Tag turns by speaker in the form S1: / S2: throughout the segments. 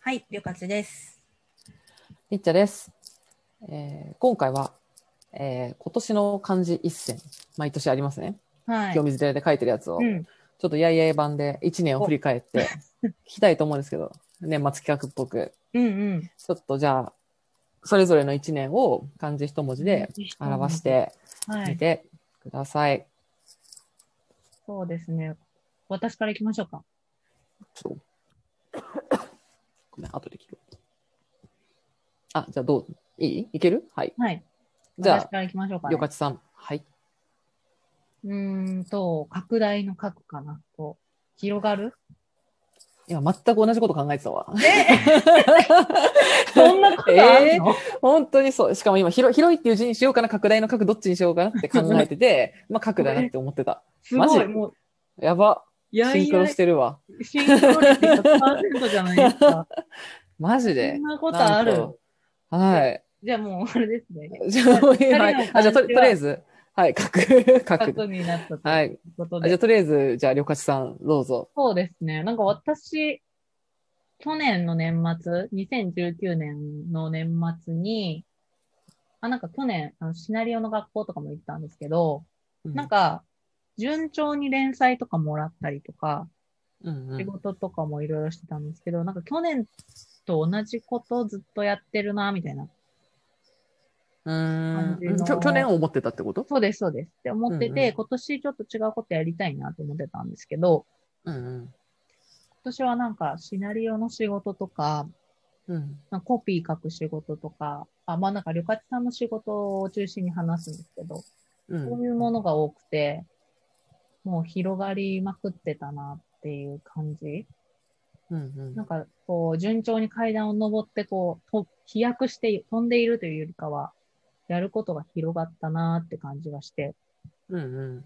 S1: はい、りょかつです。
S2: りっちゃです。えー今回は、えー今年の漢字一選、毎年ありますね。
S1: はい
S2: 清。水寺で書いてるやつを、
S1: う
S2: ち
S1: ん、
S2: ょっとやいやい版で1年を振り 返って、聞きたいと思うんですけど、年末企画っぽく。
S1: うん、うん。
S2: ちょっとじゃあ、それぞれの1年を漢字一文字で表し。て
S1: は
S2: み
S1: い。
S2: てください。
S1: そうですね。私から行きましょうか。
S2: ちょっとごめん、後で聞く。あ、じゃあどういいいけるはい。
S1: はい。
S2: じゃあ
S1: 私から行きましょうか、ね。
S2: よかちさん。はい。
S1: うーんと、拡大の核かな。こう、広がる。
S2: いや、全く同じこと考えてたわ。
S1: そんなことあるの、
S2: 本当にそう。しかも今、広広いっていう字にしようかな、拡大の角どっちにしようかなって考え てて、まあ、角だなって思ってた。
S1: すご
S2: マ
S1: い。
S2: ジ
S1: もう、
S2: やば。
S1: や
S2: シンクロしてるわ。
S1: シンクロ率100%じゃないですか。
S2: マジ
S1: そ
S2: で
S1: ん。なことあ
S2: なん
S1: る
S2: と。はい。
S1: じゃあもう、あれですね。
S2: じゃあ、もう今、はい
S1: 二人の感じは
S2: あ、じゃあと、とりあえず、は い、角、角
S1: 核。になったと
S2: はいい。
S1: うこと
S2: あじゃ
S1: で
S2: あ、。とりあえず、じゃあ、りょかちさん、どうぞ。
S1: そうですね。なんか私、去年の年末、2019年の年末に、あ、なんか去年、あのシナリオの学校とかも行ったんですけど、
S2: うん
S1: なんか、順調に連載とかもらったりとか、
S2: うんうん
S1: 仕事とかもいろいろしてたんですけど、なんか去年と同じことをずっとやってるな、みたいな。
S2: うーん
S1: 感じの
S2: きょ去年思ってたってこと
S1: そうです、そうです。って思ってて、
S2: うんうん
S1: 今年ちょっと違うことやりたいなと思ってたんですけど、
S2: うん
S1: 今年はなんかシナリオの仕事とか、
S2: うん。うん
S1: まあコピー書く仕事とか、あ、まあなんか、旅客さんの仕事を中心に話すんですけど、
S2: うん
S1: そういうものが多くて、もう広がりまくってたなっていう感じ。
S2: うん
S1: なんか、こう、順調に階段を登って、こう、と飛躍して飛んでいるというよりかは、やることが広がったなって感じがして、
S2: うん。うんうん。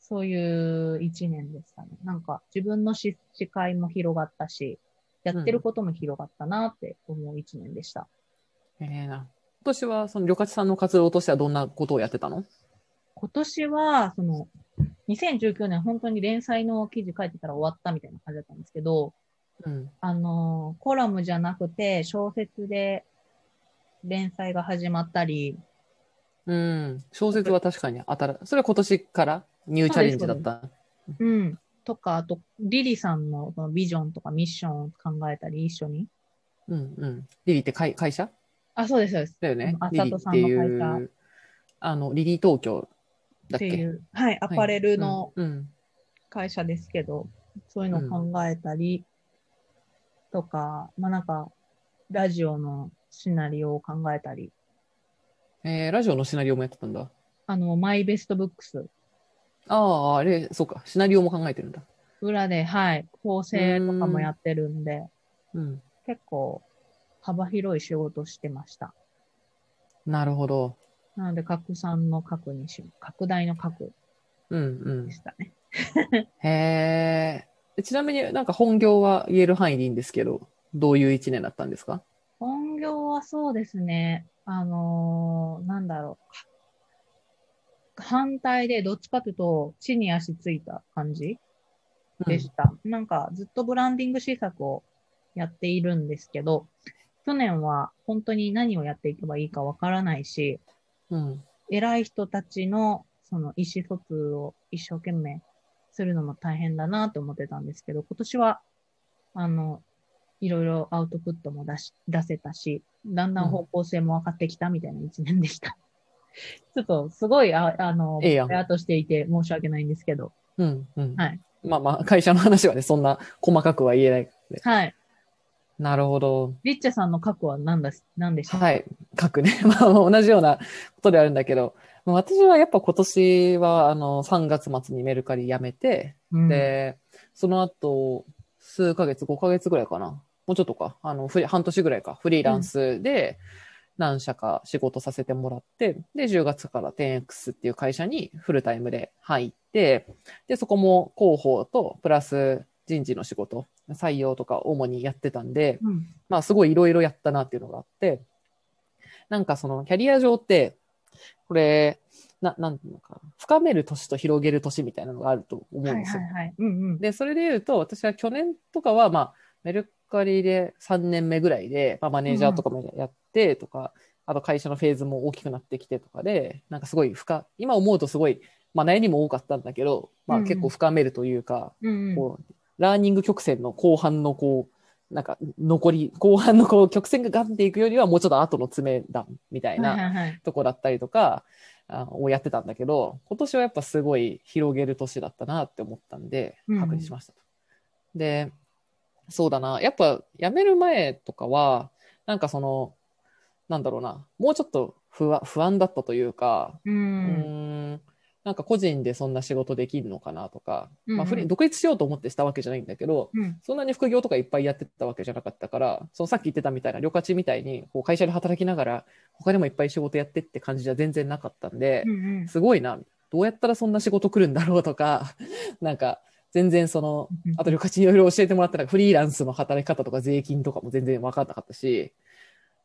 S1: そういう一年でしたね。なんか、自分の視視界も広がったし、やってることも広がったなって思う一年でした。
S2: ええな。今年は、その、旅客さんの活動としてはどんなことをやってたの
S1: 今年は、その、2019年本当に連載の記事書いてたら終わったみたいな感じだったんですけど、
S2: うん。
S1: あのーコラムじゃなくて小説で連載が始まったり、
S2: うん。小説は確かに当たる。それは今年からニューチャレンジだった。
S1: うん、とか、あと、リリさんのそのビジョンとかミッションを考えたり、一緒に。
S2: うんうん。リリって会会社
S1: あ、そうです、そうです。
S2: だよね。
S1: あ
S2: リリって
S1: 佐藤さんの会
S2: いう、あの、リリー東京だ
S1: っ
S2: ってけ
S1: いう、はい、アパレルの
S2: はいうん。
S1: 会社ですけど、そういうのを考えたりとか、まあなんか、ラジオのシナリオを考えたり、
S2: うんえーラジオのシナリオもやってたんだ。
S1: あの、マイベストブックス
S2: ああ、あれ、そうか。シナリオも考えてるんだ。
S1: 裏で、はい、構成とかもやってるんで、
S2: うん。
S1: 結構幅広い仕事してました。
S2: なるほど。
S1: なので、拡散の拡にし、拡大の拡
S2: うんうん
S1: で。したね。
S2: へえ。ちなみになんか本業は言える範囲でいいんですけど、どういう一年だったんですか
S1: 本業はそうですね、あのーなんだろう。反対で、どっちかというと、地に足ついた感じでした。なんか、ずっとブランディング施策をやっているんですけど、去年は本当に何をやっていけばいいかわからないし、
S2: うん。
S1: 偉い人たちのその意思疎通を一生懸命するのも大変だなと思ってたんですけど、今年は、あの、いろいろアウトプットも出し、出せたし、だんだん方向性も分かってきたみたいな一年でした。 ちょっと、すごい、ああの、
S2: ええやん
S1: ぼやっとしていて申し訳ないんですけど。
S2: うん。うん。
S1: はい。
S2: まあまあ、会社の話はね、そんな細かくは言えないので。
S1: はい。
S2: なるほど。
S1: リッチャさんの過去は何だし、何でしたか
S2: はい。各ね。 まあ、同じようなことではあるんだけど、まあ私はやっぱ今年は、あの、3月末にメルカリ辞めて、
S1: うん、
S2: で、その後、数ヶ月、5ヶ月ぐらいかな。もうちょっとか。あの、フリ半年ぐらいか。フリーランスで何社か仕事させてもらって、で、10月から 10X っていう会社にフルタイムで入って、で、そこも広報とプラス人事の仕事、採用とか主にやってたんで、
S1: うん。
S2: まあすごいいろいろやったなっていうのがあって、なんかそのキャリア上って、これ、な、なんていうのかな、深める年と広げる年みたいなのがあると思うん
S1: は
S2: です
S1: い
S2: よ。
S1: はいはい。うんうん。
S2: で、それで言うと、私は去年とかは、まあ、メル借りで3年目ぐらいで、まあ、マネージャーとかもやってとか、あと会社のフェーズも大きくなってきてとかで、なんかすごい深、今思うとすごい、まあ悩みも多かったんだけど、まあ
S1: うんうん
S2: 結構深めるというか、
S1: うんうん。
S2: こう、ラーニング曲線の後半のこう、なんか残り、後半のこう曲線がガンっていくよりはもうちょっと後の詰め段みたい
S1: はい
S2: な
S1: はいはい。
S2: とこだったりとか、あをやってたんだけど、今年はやっぱすごい広げる年だったなって思ったんで
S1: う、ん
S2: 確認しましたと。で、そうだな。やっぱ辞める前とかは、なんかその、なんだろうな、もうちょっと不安不安だったというか、
S1: う。
S2: うんーんなんか個人でそんな仕事できるのかなとか、まあ、
S1: うんうん
S2: フリー独立しようと思ってしたわけじゃないんだけど、
S1: うん。
S2: そんなに副業とかいっぱいやってたわけじゃなかったから、そのさっき言ってたみたいな、旅客地みたいにこう会社で働きながら、他にもいっぱい仕事やってって感じじゃ全然なかったんで
S1: う、ん
S2: すごいな、どうやったらそんな仕事来るんだろうとか、 なんか全然その、
S1: うん。
S2: あと旅客地いろいろ教えてもらったら、フリーランスの働き方とか税金とかも全然分かんなかったし、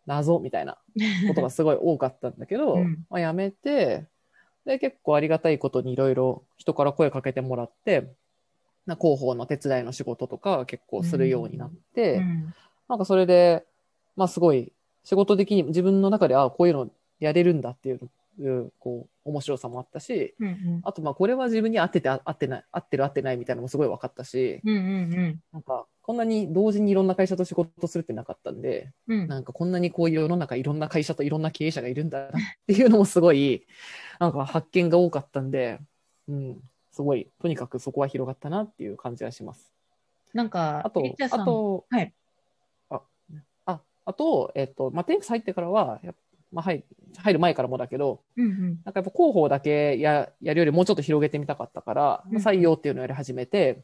S2: 謎みたいな。ことがすごい多かったんだけど、
S1: うん
S2: まあ、やめてで結構ありがたいことにいろいろ人から声かけてもらってな広報の手伝いの仕事とか結構するようになって、
S1: うん
S2: なんかそれで、まあ、すごい仕事的に自分の中であこういうのやれるんだっていういうこう面白さもあったし
S1: うんうん。
S2: あとまあこれは自分に合っててあ合ってない合ってる合ってないみたいなのもすごい分かったし
S1: うんうん
S2: なんかこんなに同時にいろんな会社と仕事するってなかったんで
S1: うん。うん。
S2: なんかこんなにこう世の中いろんな会社といろんな経営者がいるんだなっていうのもすごい、なんか発見が多かったんで、うん、すごい、とにかくそこは広がったなっていう感じはします。
S1: なんか、
S2: あと
S1: ピッチャー、さん
S2: あ、と、
S1: はい
S2: あ、あ、あと、えっと、まあ、テンクス入ってからは、やっまあ、はい、入る前からもだけど、
S1: うんうん。
S2: なんかやっぱ広報だけややるよりもうちょっと広げてみたかったから、
S1: うん
S2: 採用っていうのをやり始めて、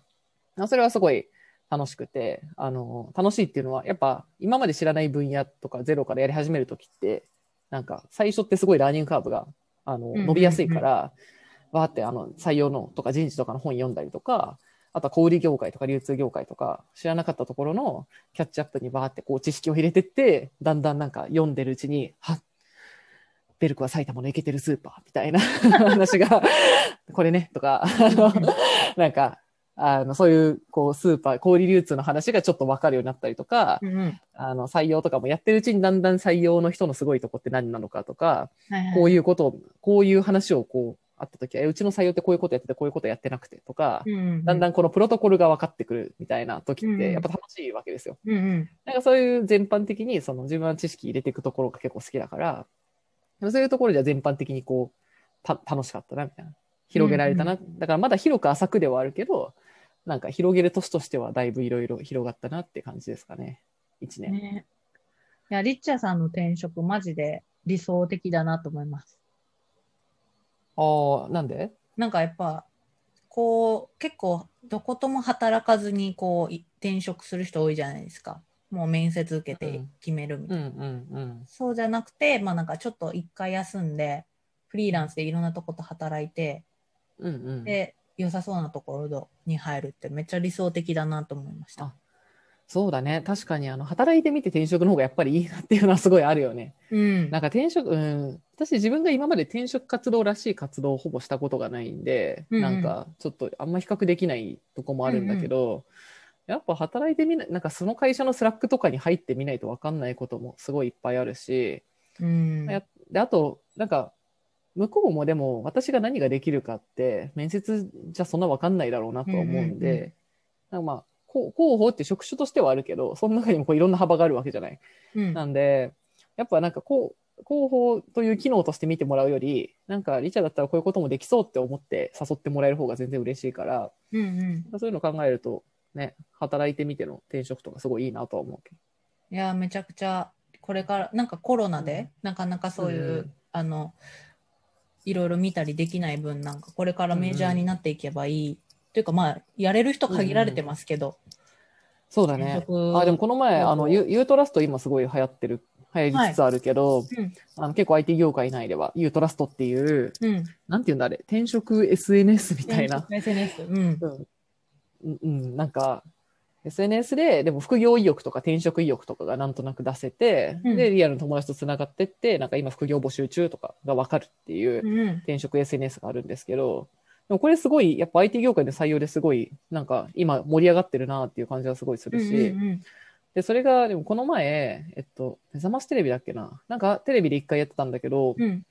S2: まあそれはすごい楽しくて、あの、楽しいっていうのは、やっぱ今まで知らない分野とかゼロからやり始めるときって、なんか最初ってすごいラーニングカーブが、あの、
S1: うん
S2: 伸びやすいから、わーってあの、採用のとか人事とかの本読んだりとか、あとは小売業界とか流通業界とか知らなかったところのキャッチアップにバーってこう知識を入れてって、だんだんなんか読んでるうちに、はっ、ベルクは埼玉のイケてるスーパーみたいな 話が、これね、とか、あの
S1: うんうん
S2: なんか、あの、そういう、こう、スーパー、小売流通の話がちょっとわかるようになったりとか、
S1: うんうん。
S2: あの、採用とかもやってるうちにだんだん採用の人のすごいとこって何なのかとか、
S1: はいはい。
S2: こういうことを、こういう話をこう、あった時は、えうちの採用ってこういうことやってて、こういうことやってなくてとか、
S1: うんうん。
S2: だんだ
S1: ん。
S2: んこのプロトコルが分かってくるみたいな時
S1: う
S2: っ
S1: んうん
S2: て、やっぱ楽しいわけですよ。
S1: うんうん。
S2: なんかそういう全般的に、その自分は知識入れていくところが結構好きだから、そういうところじゃ全般的にこう、た、楽しかったな、みたいな。広げられたな。だからまだ広く浅くではあるけど、なんか広げる年としてはだいぶいろいろ広がったなって感じですかね。一年。
S1: ね。いや、リッチャーさんの転職、マジで理想的だなと思います。
S2: ああ、なんで
S1: なんかやっぱ、こう、結構、どことも働かずに、こう、い転職する人多いじゃないですか。もう面接受けて決めるみたいな。
S2: うんうんうん。
S1: そうじゃなくて、まあなんかちょっと一回休んで、フリーランスでいろんなとこと働いて、
S2: うんうん。
S1: で、良さそうなところに入るってめっちゃ理想的だなと思いました。
S2: あそうだね。確かに、あの、働いてみて転職の方がやっぱりいいなっていうのはすごいあるよね。
S1: うん。
S2: なんか転職、うん、私自分が今まで転職活動らしい活動をほぼしたことがないんで、
S1: うんうん
S2: なんかちょっとあんま比較できないとこもあるんだけど、やっぱ働いてみない、なんかその会社のスラックとかに入ってみないと分かんないこともすごいいっぱいあるし、
S1: うん。
S2: やで、あと、なんか、向こうもでも私が何ができるかって面接じゃそんな分かんないだろうなとは思うん
S1: うんうん
S2: で、なんかまあ、こう広報って職種としてはあるけど、その中にもこういろんな幅があるわけじゃない。
S1: うん
S2: なんで、やっぱなんかこう、広報という機能として見てもらうより、なんかリチャーだったらこういうこともできそうって思って誘ってもらえる方が全然嬉しいから、
S1: うんうん。
S2: そういうの考えると、ね、働いてみての転職とかすごいいいなとは思うけど。
S1: いや、めちゃくちゃ、これから、なんかコロナ
S2: う
S1: で
S2: ん、
S1: なかなかそういう、
S2: うん
S1: あの、いろいろ見たりできない分、なんかこれからメジャーになっていけばいい。というか、まあ、やれる人限られてますけど。
S2: そうだ
S1: 転
S2: ね。
S1: 職
S2: あ、でもこの前、あの、ユユートラスト今すごい流行ってる、流行りつつあるけど、
S1: うん
S2: あの結構 IT 業界内では、ユートラストっていう、
S1: うん。
S2: なんて言うんだあれ、転職 SNS みたいな。
S1: SNS。うん。
S2: うん、うん、なんか、SNS で、でも副業意欲とか転職意欲とかがなんとなく出せて、
S1: うん
S2: で、リアルの友達とつながってって、なんか今副業募集中とかがわかるっていう
S1: うん。
S2: 転職 SNS があるんですけど、でもこれすごい、やっぱ IT 業界の採用ですごい、なんか今盛り上がってるなっていう感じはすごいす
S1: うんう
S2: る
S1: ん
S2: し、
S1: うん
S2: で、それが、でもこの前、えっと、目覚ましテレビだっけななんかテレビで一回やってたんだけど、
S1: うん。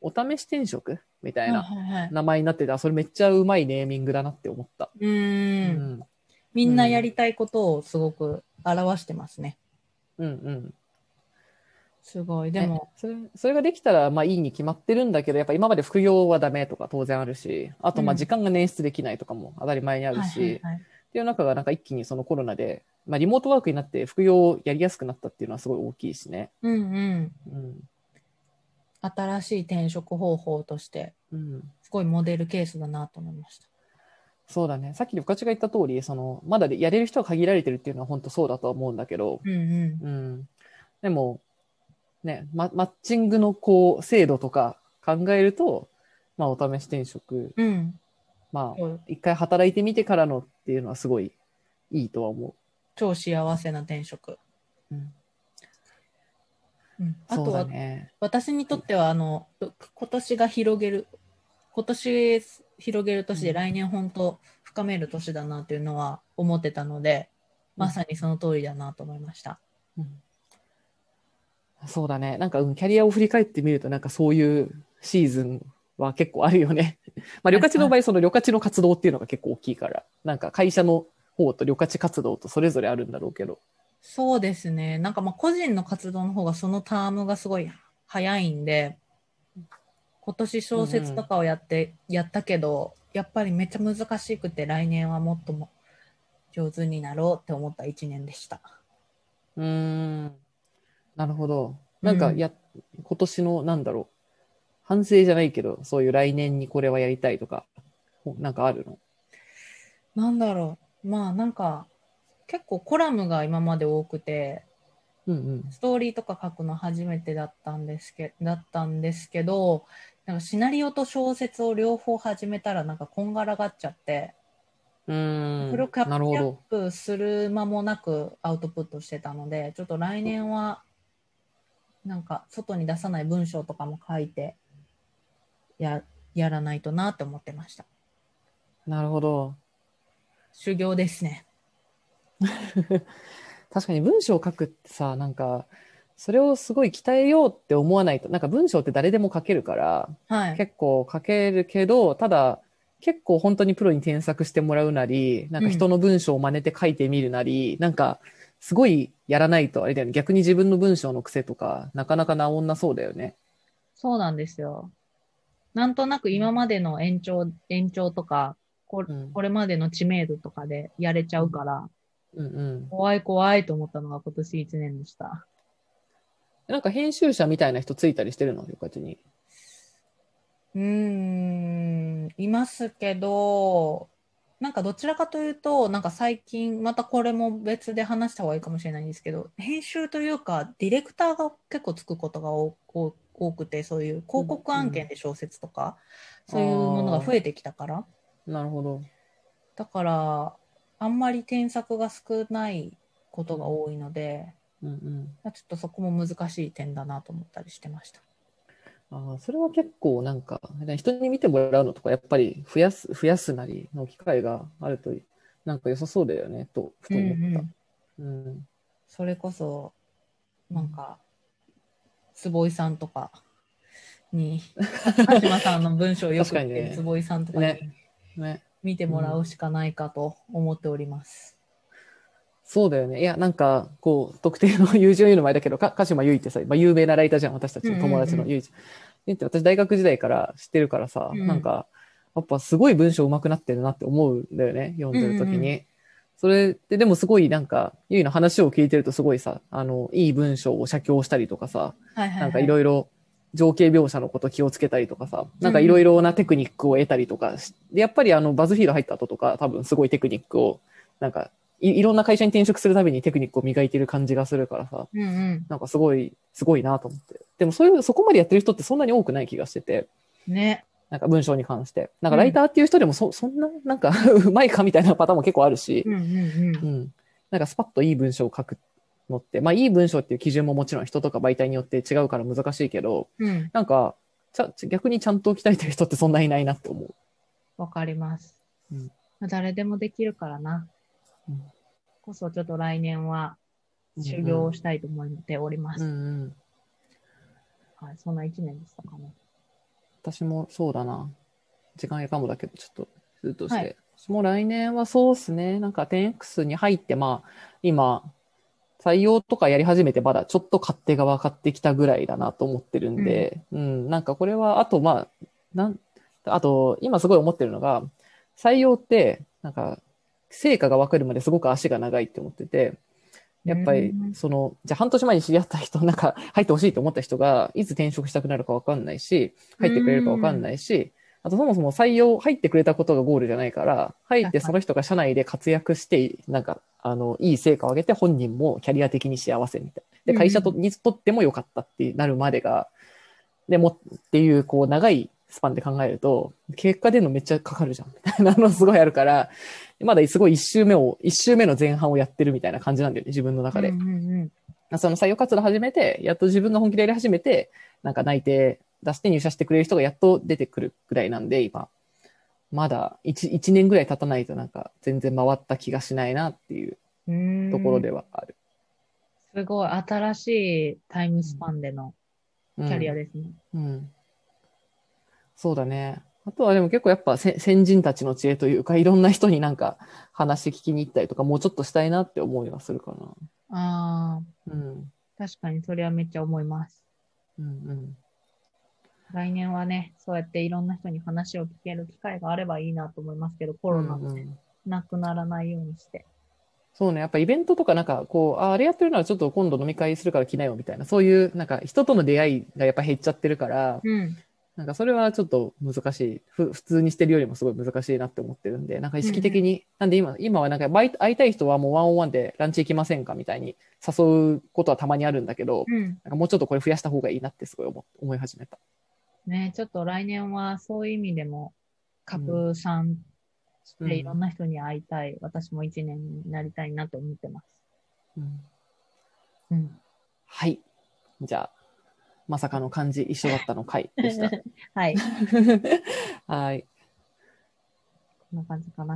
S2: お試し転職みた
S1: はいい
S2: な
S1: はいはい。
S2: 名前になってて、あそれめっちゃうまいネーミングだなって思った。
S1: う
S2: う
S1: ーん。
S2: ん。
S1: みんなやりたいことをすごく表してますね。
S2: うんうん。
S1: すごい。でも、
S2: それ、それができたら、まあいいに決まってるんだけど、やっぱ今まで副業はダメとか当然あるし、あと
S1: う
S2: まあ
S1: ん
S2: 時間が捻出できないとかも当たり前にある
S1: はい
S2: し、
S1: はいはい。
S2: っていう中がなんか一気にそのコロナで、まあリモートワークになって副業をやりやすくなったっていうのはすごい大きいしね。
S1: うんうん。
S2: うん。
S1: 新しい転職方法として、
S2: うん。
S1: すごいモデルケースだなと思いました。
S2: そうだね。さっき深地が言った通り、その、まだやれる人が限られてるっていうのは本当そうだとは思うんだけど、
S1: うんうん。
S2: うん。でも、ね、ママッチングのこう、制度とか考えると、まあお試し転職、
S1: うん。
S2: まあ、
S1: そう
S2: 一回働いてみてからのっていうのはすごいいいとは思
S1: 超幸せな転職。
S2: う。うん。
S1: うん、あ
S2: そう
S1: とは、
S2: だね。
S1: 私にとっては、あの、今年が広げる、今年広げる年で、
S2: うん
S1: 来年本当深める年だなっていうのは思ってたので、まさにその通りだなと思いました。
S2: うんそうだね。なんか、うん、キャリアを振り返ってみると、なんかそういうシーズンは結構あるよね。 まあ、旅客地の場合、その旅客地の活動っていうのが結構大きいから、なんか会社の方と旅客地活動とそれぞれあるんだろうけど。
S1: そうですね。なんかまあ個人の活動の方がそのタームがすごい早いんで、今年小説とかをやって、やったけど、やっぱりめっちゃ難しくて来年はもっとも上手になろうって思った一年でした。
S2: うーん。なるほど。なんか、
S1: うん
S2: や、今年の、なんだろう。反省じゃないけど、そういう来年にこれはやりたいとか、ほなんかあるの
S1: なんだろう。まあなんか結構コラムが今まで多くて、
S2: うんうん。
S1: ストーリーとか書くの初めてだったんですけだったんですけど、なんかシナリオと小説を両方始めたらなんかこんがらがっちゃって、
S2: うーん。
S1: それをキャ
S2: なるほ
S1: ッ
S2: ど。
S1: プする間もなくアウトプットしてたので、ちょっと来年はなんか外に出さない文章とかも書いてややらないとなって思ってました。
S2: なるほど。
S1: 修行ですね。
S2: 確かに文章を書くってさ、なんか、それをすごい鍛えようって思わないと、なんか文章って誰でも書けるから、
S1: はい。
S2: 結構書けるけど、ただ、結構本当にプロに添削してもらうなり、なんか人の文章を真似て書いてみるなり、なんか、すごいやらないと、あれだよね、逆に自分の文章の癖とか、なかなか治んなそうだよね。
S1: そうなんですよ。なんとなく今までの延長、延長とか、こ
S2: うん
S1: これまでの知名度とかでやれちゃうから、
S2: うんうん。
S1: 怖い怖いと思ったのが今年1年でした。
S2: なんか編集者みたいな人ついたりしてるのよかちに。
S1: うーん、いますけど、なんかどちらかというと、なんか最近、またこれも別で話した方がいいかもしれないんですけど、編集というか、ディレクターが結構つくことが多多多くて、そういう広告案件で小説とか、そういうものが増えてきたから、
S2: なるほど。
S1: だから、あんまり添削が少ないことが多いので、
S2: うんうん。
S1: ちょっとそこも難しい点だなと思ったりしてました。
S2: ああ、それは結構なんか、人に見てもらうのとか、やっぱり増やす、増やすなりの機会があると、なんか良さそうだよね、と、ふと思った。うん。
S1: それこそ、なんか、坪井さんとかに、鹿島さんの文章をよ く言って
S2: 確かに
S1: る
S2: ね
S1: 坪井さんとかに
S2: ねね。
S1: 見てもらうしかないかと思っております。
S2: そうだよね。いや、なんか、こう、特定の友人を言うのもあれだけど、か鹿島結衣ってさ、まあ、有名なライターじゃん、私たちの友達の
S1: うん
S2: 結衣ちゃん。結衣って私大学時代から知ってるからさ、
S1: うん
S2: なんか、やっぱすごい文章上手くなってるなって思うんだよね、読んでる時に。
S1: うんうんう
S2: それって、でもすごいなんか、結衣の話を聞いてるとすごいさ、あの、いい文章を写経したりとかさ、
S1: はいはい、はい。
S2: なんかいろいろ情景描写のこと気をつけたりとかさ、なんかいろいろなテクニックを得たりとかし、で、やっぱりあのバズフィード入った後とか多分すごいテクニックを、なんかいいろんな会社に転職するたびにテクニックを磨いてる感じがするからさ、
S1: うんう
S2: なんかすごい、すごいなと思って。でもそういう、そこまでやってる人ってそんなに多くない気がしてて、
S1: ん。ね。
S2: なんか文章に関して。なんかライターっていう人でもそ、そんな、なんか うまいかみたいなパターンも結構あるし
S1: う、んうんう。
S2: うんん。なんかスパッといい文章を書くのって、まあいい文章っていう基準ももちろん人とか媒体によって違うから難しいけど、
S1: うん。
S2: なんか、ちゃ逆にちゃんと鍛えてる人ってそんないないなって思う。
S1: わかります。
S2: うん
S1: 誰でもできるからな。
S2: うん
S1: こそちょっと来年は修行をしたいと思っております。
S2: うんうん。
S1: はい、そんな一年でしたかね。
S2: 私もそうだな。時間やかもだけど、ちょっと、ずっとして。
S1: はい
S2: 私も来年はそうっすね。なんか 10X に入って、まあ、今、採用とかやり始めて、まだちょっと勝手が分かってきたぐらいだなと思ってるんで、うん、なんかこれは、あと、まあ、なん、あと、今すごい思ってるのが、採用って、なんか、成果が分かるまですごく足が長いって思ってて、やっぱり
S1: う、ん
S2: その、じゃあ半年前に知り合った人、なんか入ってほしいと思った人が、いつ転職したくなるかわかんないし、入ってくれるかわかんないし、あとそもそも採用、入ってくれたことがゴールじゃないから、入ってその人が社内で活躍して、なんか、あの、いい成果を上げて本人もキャリア的に幸せみたいな。で、会社とにとっても良かったってなるまでが、でもっていう、こう、長いスパンで考えると、結果出るのめっちゃかかるじゃん、みたいな のすごいあるから、まだすごい一周目を、一周目の前半をやってるみたいな感じなんだよね、自分の中で
S1: う。んうんうん
S2: その採用活動始めて、やっと自分が本気でやり始めて、なんか内定出して入社してくれる人がやっと出てくるくらいなんで、今。まだ1、一年ぐらい経たないとなんか全然回った気がしないなっていう
S1: うーん
S2: ところではある。
S1: すごい新しいタイムスパンでの
S2: キ
S1: キャリアですね。
S2: うん。そうだね。あとはでも結構やっぱせ先人たちの知恵というか、いろんな人になんか話聞きに行ったりとか、もうちょっとしたいなって思いはするか
S1: あ
S2: な。うん。
S1: あ、確かにそれはめっちゃ思います。
S2: うんうん。
S1: 来年はね、そうやっていろんな人に話を聞ける機会があればいいなと思いますけど、コロナ
S2: うんう
S1: も
S2: ん
S1: なくならないようにして。
S2: そうね。やっぱイベントとかなんか、こう、あ、あれやってるのはちょっと今度飲み会するから来なよみたいな、そういうなんか人との出会いがやっぱ減っちゃってるから、
S1: うん。
S2: なんかそれはちょっと難しい。ふ普通にしてるよりもすごい難しいなって思ってるんで、なんか意識的に、なんで今、今はなんかバイト会いたい人はもうワンオンワンでランチ行きませんかみたいに誘うことはたまにあるんだけど、
S1: うん。
S2: なんかもうちょっとこれ増やした方がいいなってすごい思思い始めた。
S1: ね、ちょっと来年はそういう意味でも、拡散していろんな人に会いたい、私も一年になりたいなと思ってます。
S2: うん
S1: うん。
S2: はい。じゃあ、まさかの漢字一緒だったの回 でした。
S1: はい。
S2: はい。
S1: こんな感じかな。